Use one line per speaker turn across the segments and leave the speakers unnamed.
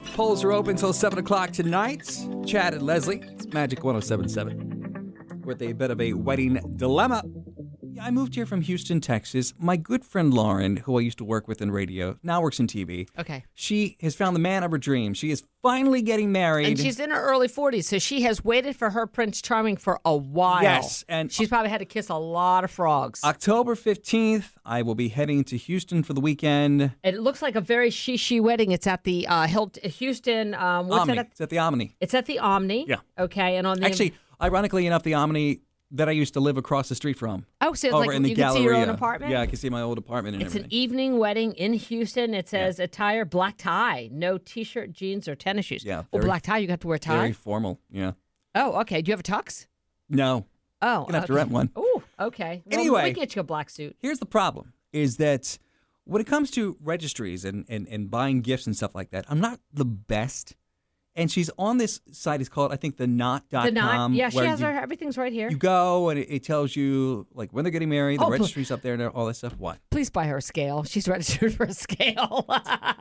Polls are open until 7 o'clock tonight. Chad and Leslie, it's Magic 1077. With a bit of a wedding dilemma. I moved here from Houston, Texas. My good friend Lauren, who I used to work with in radio, now works in TV.
Okay.
She has found the man of her dreams. She is finally getting married.
And she's in her early 40s, so she has waited for her Prince Charming for a while.
Yes, and- uh,
she's probably had to kiss a lot of frogs.
October 15th, I will be heading to Houston for the weekend.
it looks like a very she-she wedding. It's at the uh, Hilt- Houston. Um, what's
Omni.
it at?
It's at the Omni.
It's at the Omni.
Yeah.
Okay, and on the
Actually, ironically enough, the Omni that I used to live across the street from.
Oh, so it's
over
like
in the
you can
galleria.
see your own apartment?
Yeah, I can see my old apartment and
It's an
everything.
evening wedding in Houston. It says attire black tie, no t-shirt, jeans, or tennis shoes.
Yeah,
oh,
very-
black tie. You have to wear a tie.
Very formal. Yeah.
oh, okay. Do you have a tux?
No.
Oh,
Gonna have to
okay.
rent one.
Oh, okay. Well,
Anyway.
we can get you a black suit.
Here's the problem: is that when it comes to registries and and and buying gifts and stuff like that, I'm not the best. And she's on this site. It's called I think the Knot.com.
The knot. Yeah, she
where
has
you,
her. Everything's right here.
You go and it, it tells you like when they're getting married, the
Oh, but-
registry's up there, and all that stuff. What?
Please buy her a scale. She's registered for a scale.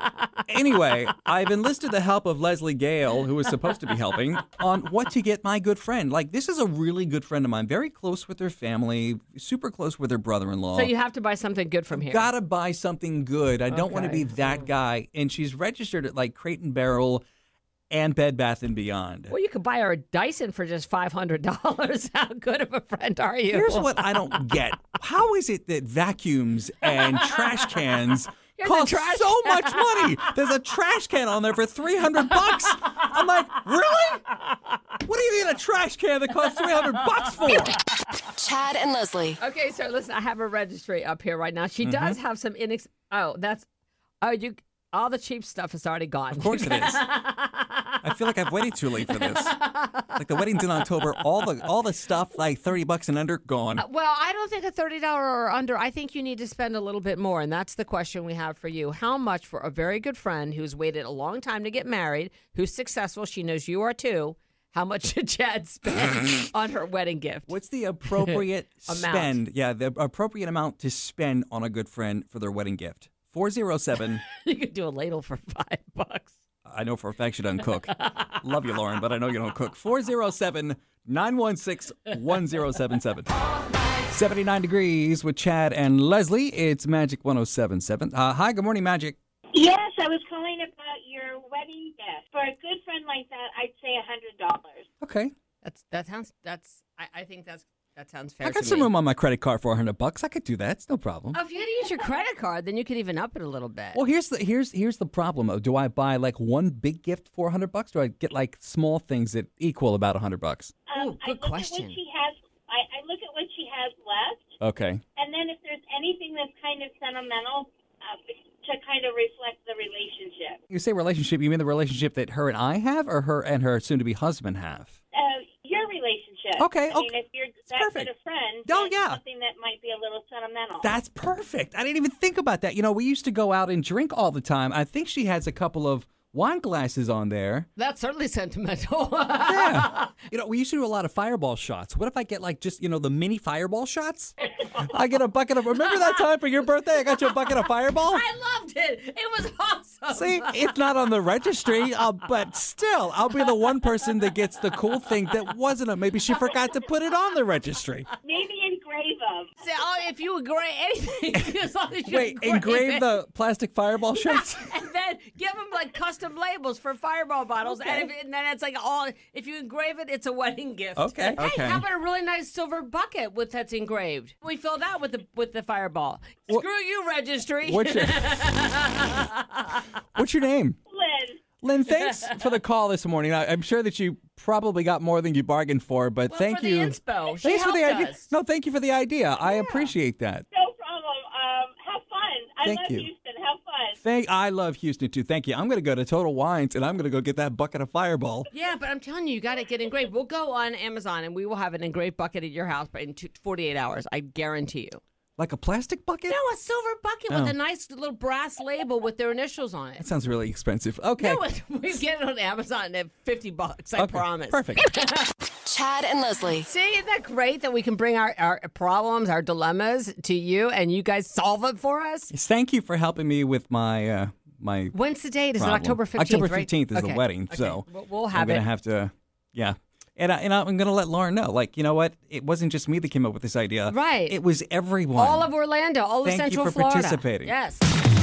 Anyway, I've enlisted the help of Leslie Gale, who was supposed to be helping, on what to get my good friend. Like, this is a really good friend of mine, very close with her family, super close with her brother in law.
so you have to buy something good from here.
Gotta buy something good. I don't want to be
Mm.
that guy. And she's registered at like Crate and Barrel and Bed Bath and Beyond.
Well, you could buy her a Dyson for just five hundred dollars. How good of a friend are you?
Here's what I don't get. How is it that vacuums and trash cans
Here's a
cost
trash-
so much money? There's a trash can on there for 300 bucks. I'm like, really? What do you need a trash can that costs 300 bucks for?
Chad and Leslie.
Okay, so listen, I have a registry up here right now. She does have some inex. Oh, that's. Oh, you. All the cheap stuff is already gone.
Of course it is. I feel like I've waited too late for this. Like the wedding's in October, all the all the stuff like 30 bucks and under gone.
Well, I don't think a thirty dollar or under. I think you need to spend a little bit more, and that's the question we have for you. How much for a very good friend who's waited a long time to get married, who's successful? She knows you are too. How much should Chad spend on her wedding gift?
What's the appropriate
Amount.
spend? Yeah, the appropriate amount to spend on a good friend for their wedding gift. 407
You could do a ladle for five bucks.
I know for a fact she doesn't cook. Love you, Lauren, but I know you don't cook. 407 916 1077. 79 degrees with Chad and Leslie. It's Magic 1077. Uh, hi, good morning, Magic.
Yes, I was calling about your wedding gift. For a good friend like that, I'd say a hundred dollars.
Okay.
That's that sounds. That's I, I think that's that sounds fair.
I got
to
some
me.
room on my credit card for 100 bucks. I could do that. It's no problem.
Oh, if you had to use your credit card, then you could even up it a little bit.
Well, here's the here's here's the problem. though. Do I buy like one big gift for 100 bucks? Do I get like small things that equal about 100 bucks?
Ooh,
Um, I
good
look at
question.
what she has. I, I look at what she has left,
Okay.
and then if there's anything that's kind of sentimental, uh, to kind of reflect the relationship.
You say relationship, you mean the relationship that her and I have or her and her soon to be husband have?
Uh, your relationship.
Okay,
I mean,
okay.
if you're
It's
that
perfect.
good a friend,
Oh,
that's
yeah.
something that might be a little sentimental.
That's perfect. I didn't even think about that. You know, we used to go out and drink all the time. I think she has a couple of wine glasses on there.
That's certainly sentimental.
Yeah. you know, we used to do a lot of fireball shots. What if I get like just, you know, the mini fireball shots? I get a bucket of Remember that time for your birthday I got you a bucket of fireball?
I loved it. It was awesome.
See, it's not on the registry, uh, but still, I'll be the one person that gets the cool thing that wasn't. A, maybe she forgot to put it on the registry.
Maybe engrave them.
Say, oh, if you engrave anything, as long as you
Wait, engrave
it,
the plastic fireball shots?
and then give them like custom labels for fireball bottles, and, if, and then it's like all. If you engrave it, it's a wedding gift.
Okay.
Hey,
Okay.
how about a really nice silver bucket with that's engraved? We fill that with the with the fireball. Screw you, registry.
What's your, what's your name?
Lynn,
Lynn, thanks for the call this morning. I, I'm sure that you probably got more than you bargained for, but
Well,
thank
for
you.
the inspo. She
thanks for the
helped
idea.
us.
No, thank you for the idea. I appreciate that.
no problem. Um, have fun. I
Thank
love
you.
Houston. Have fun.
Thank. I love Houston too. Thank you. I'm going to go to Total Wines and I'm going to go get that bucket of Fireball.
Yeah, but I'm telling you, you got to get engraved. We'll go on Amazon and we will have an engraved bucket at your house by in two, 48 hours. I guarantee you.
Like a plastic bucket?
No, a silver bucket
Oh.
with a nice little brass label with their initials on
That
it.
sounds really expensive. Okay.
No, we get it on Amazon at 50 bucks. I
okay.
promise.
Perfect.
Chad and Leslie.
See, isn't that great that we can bring our, our problems, our dilemmas to you and you guys solve it for us?
Yes, Thank you for helping me with my uh, my
When's the date? Is
problem.
it October 15th?
October
right?
15th is
Okay.
the wedding,
Okay.
so
We'll- we'll
I'm
have
gonna
it.
have to, yeah. And, I, and I'm going to let Lauren know, like, you know what? It wasn't just me that came up with this idea.
Right.
It was everyone.
all of Orlando, all
Thank
of
you
Central
for
Florida.
participating.
Yes.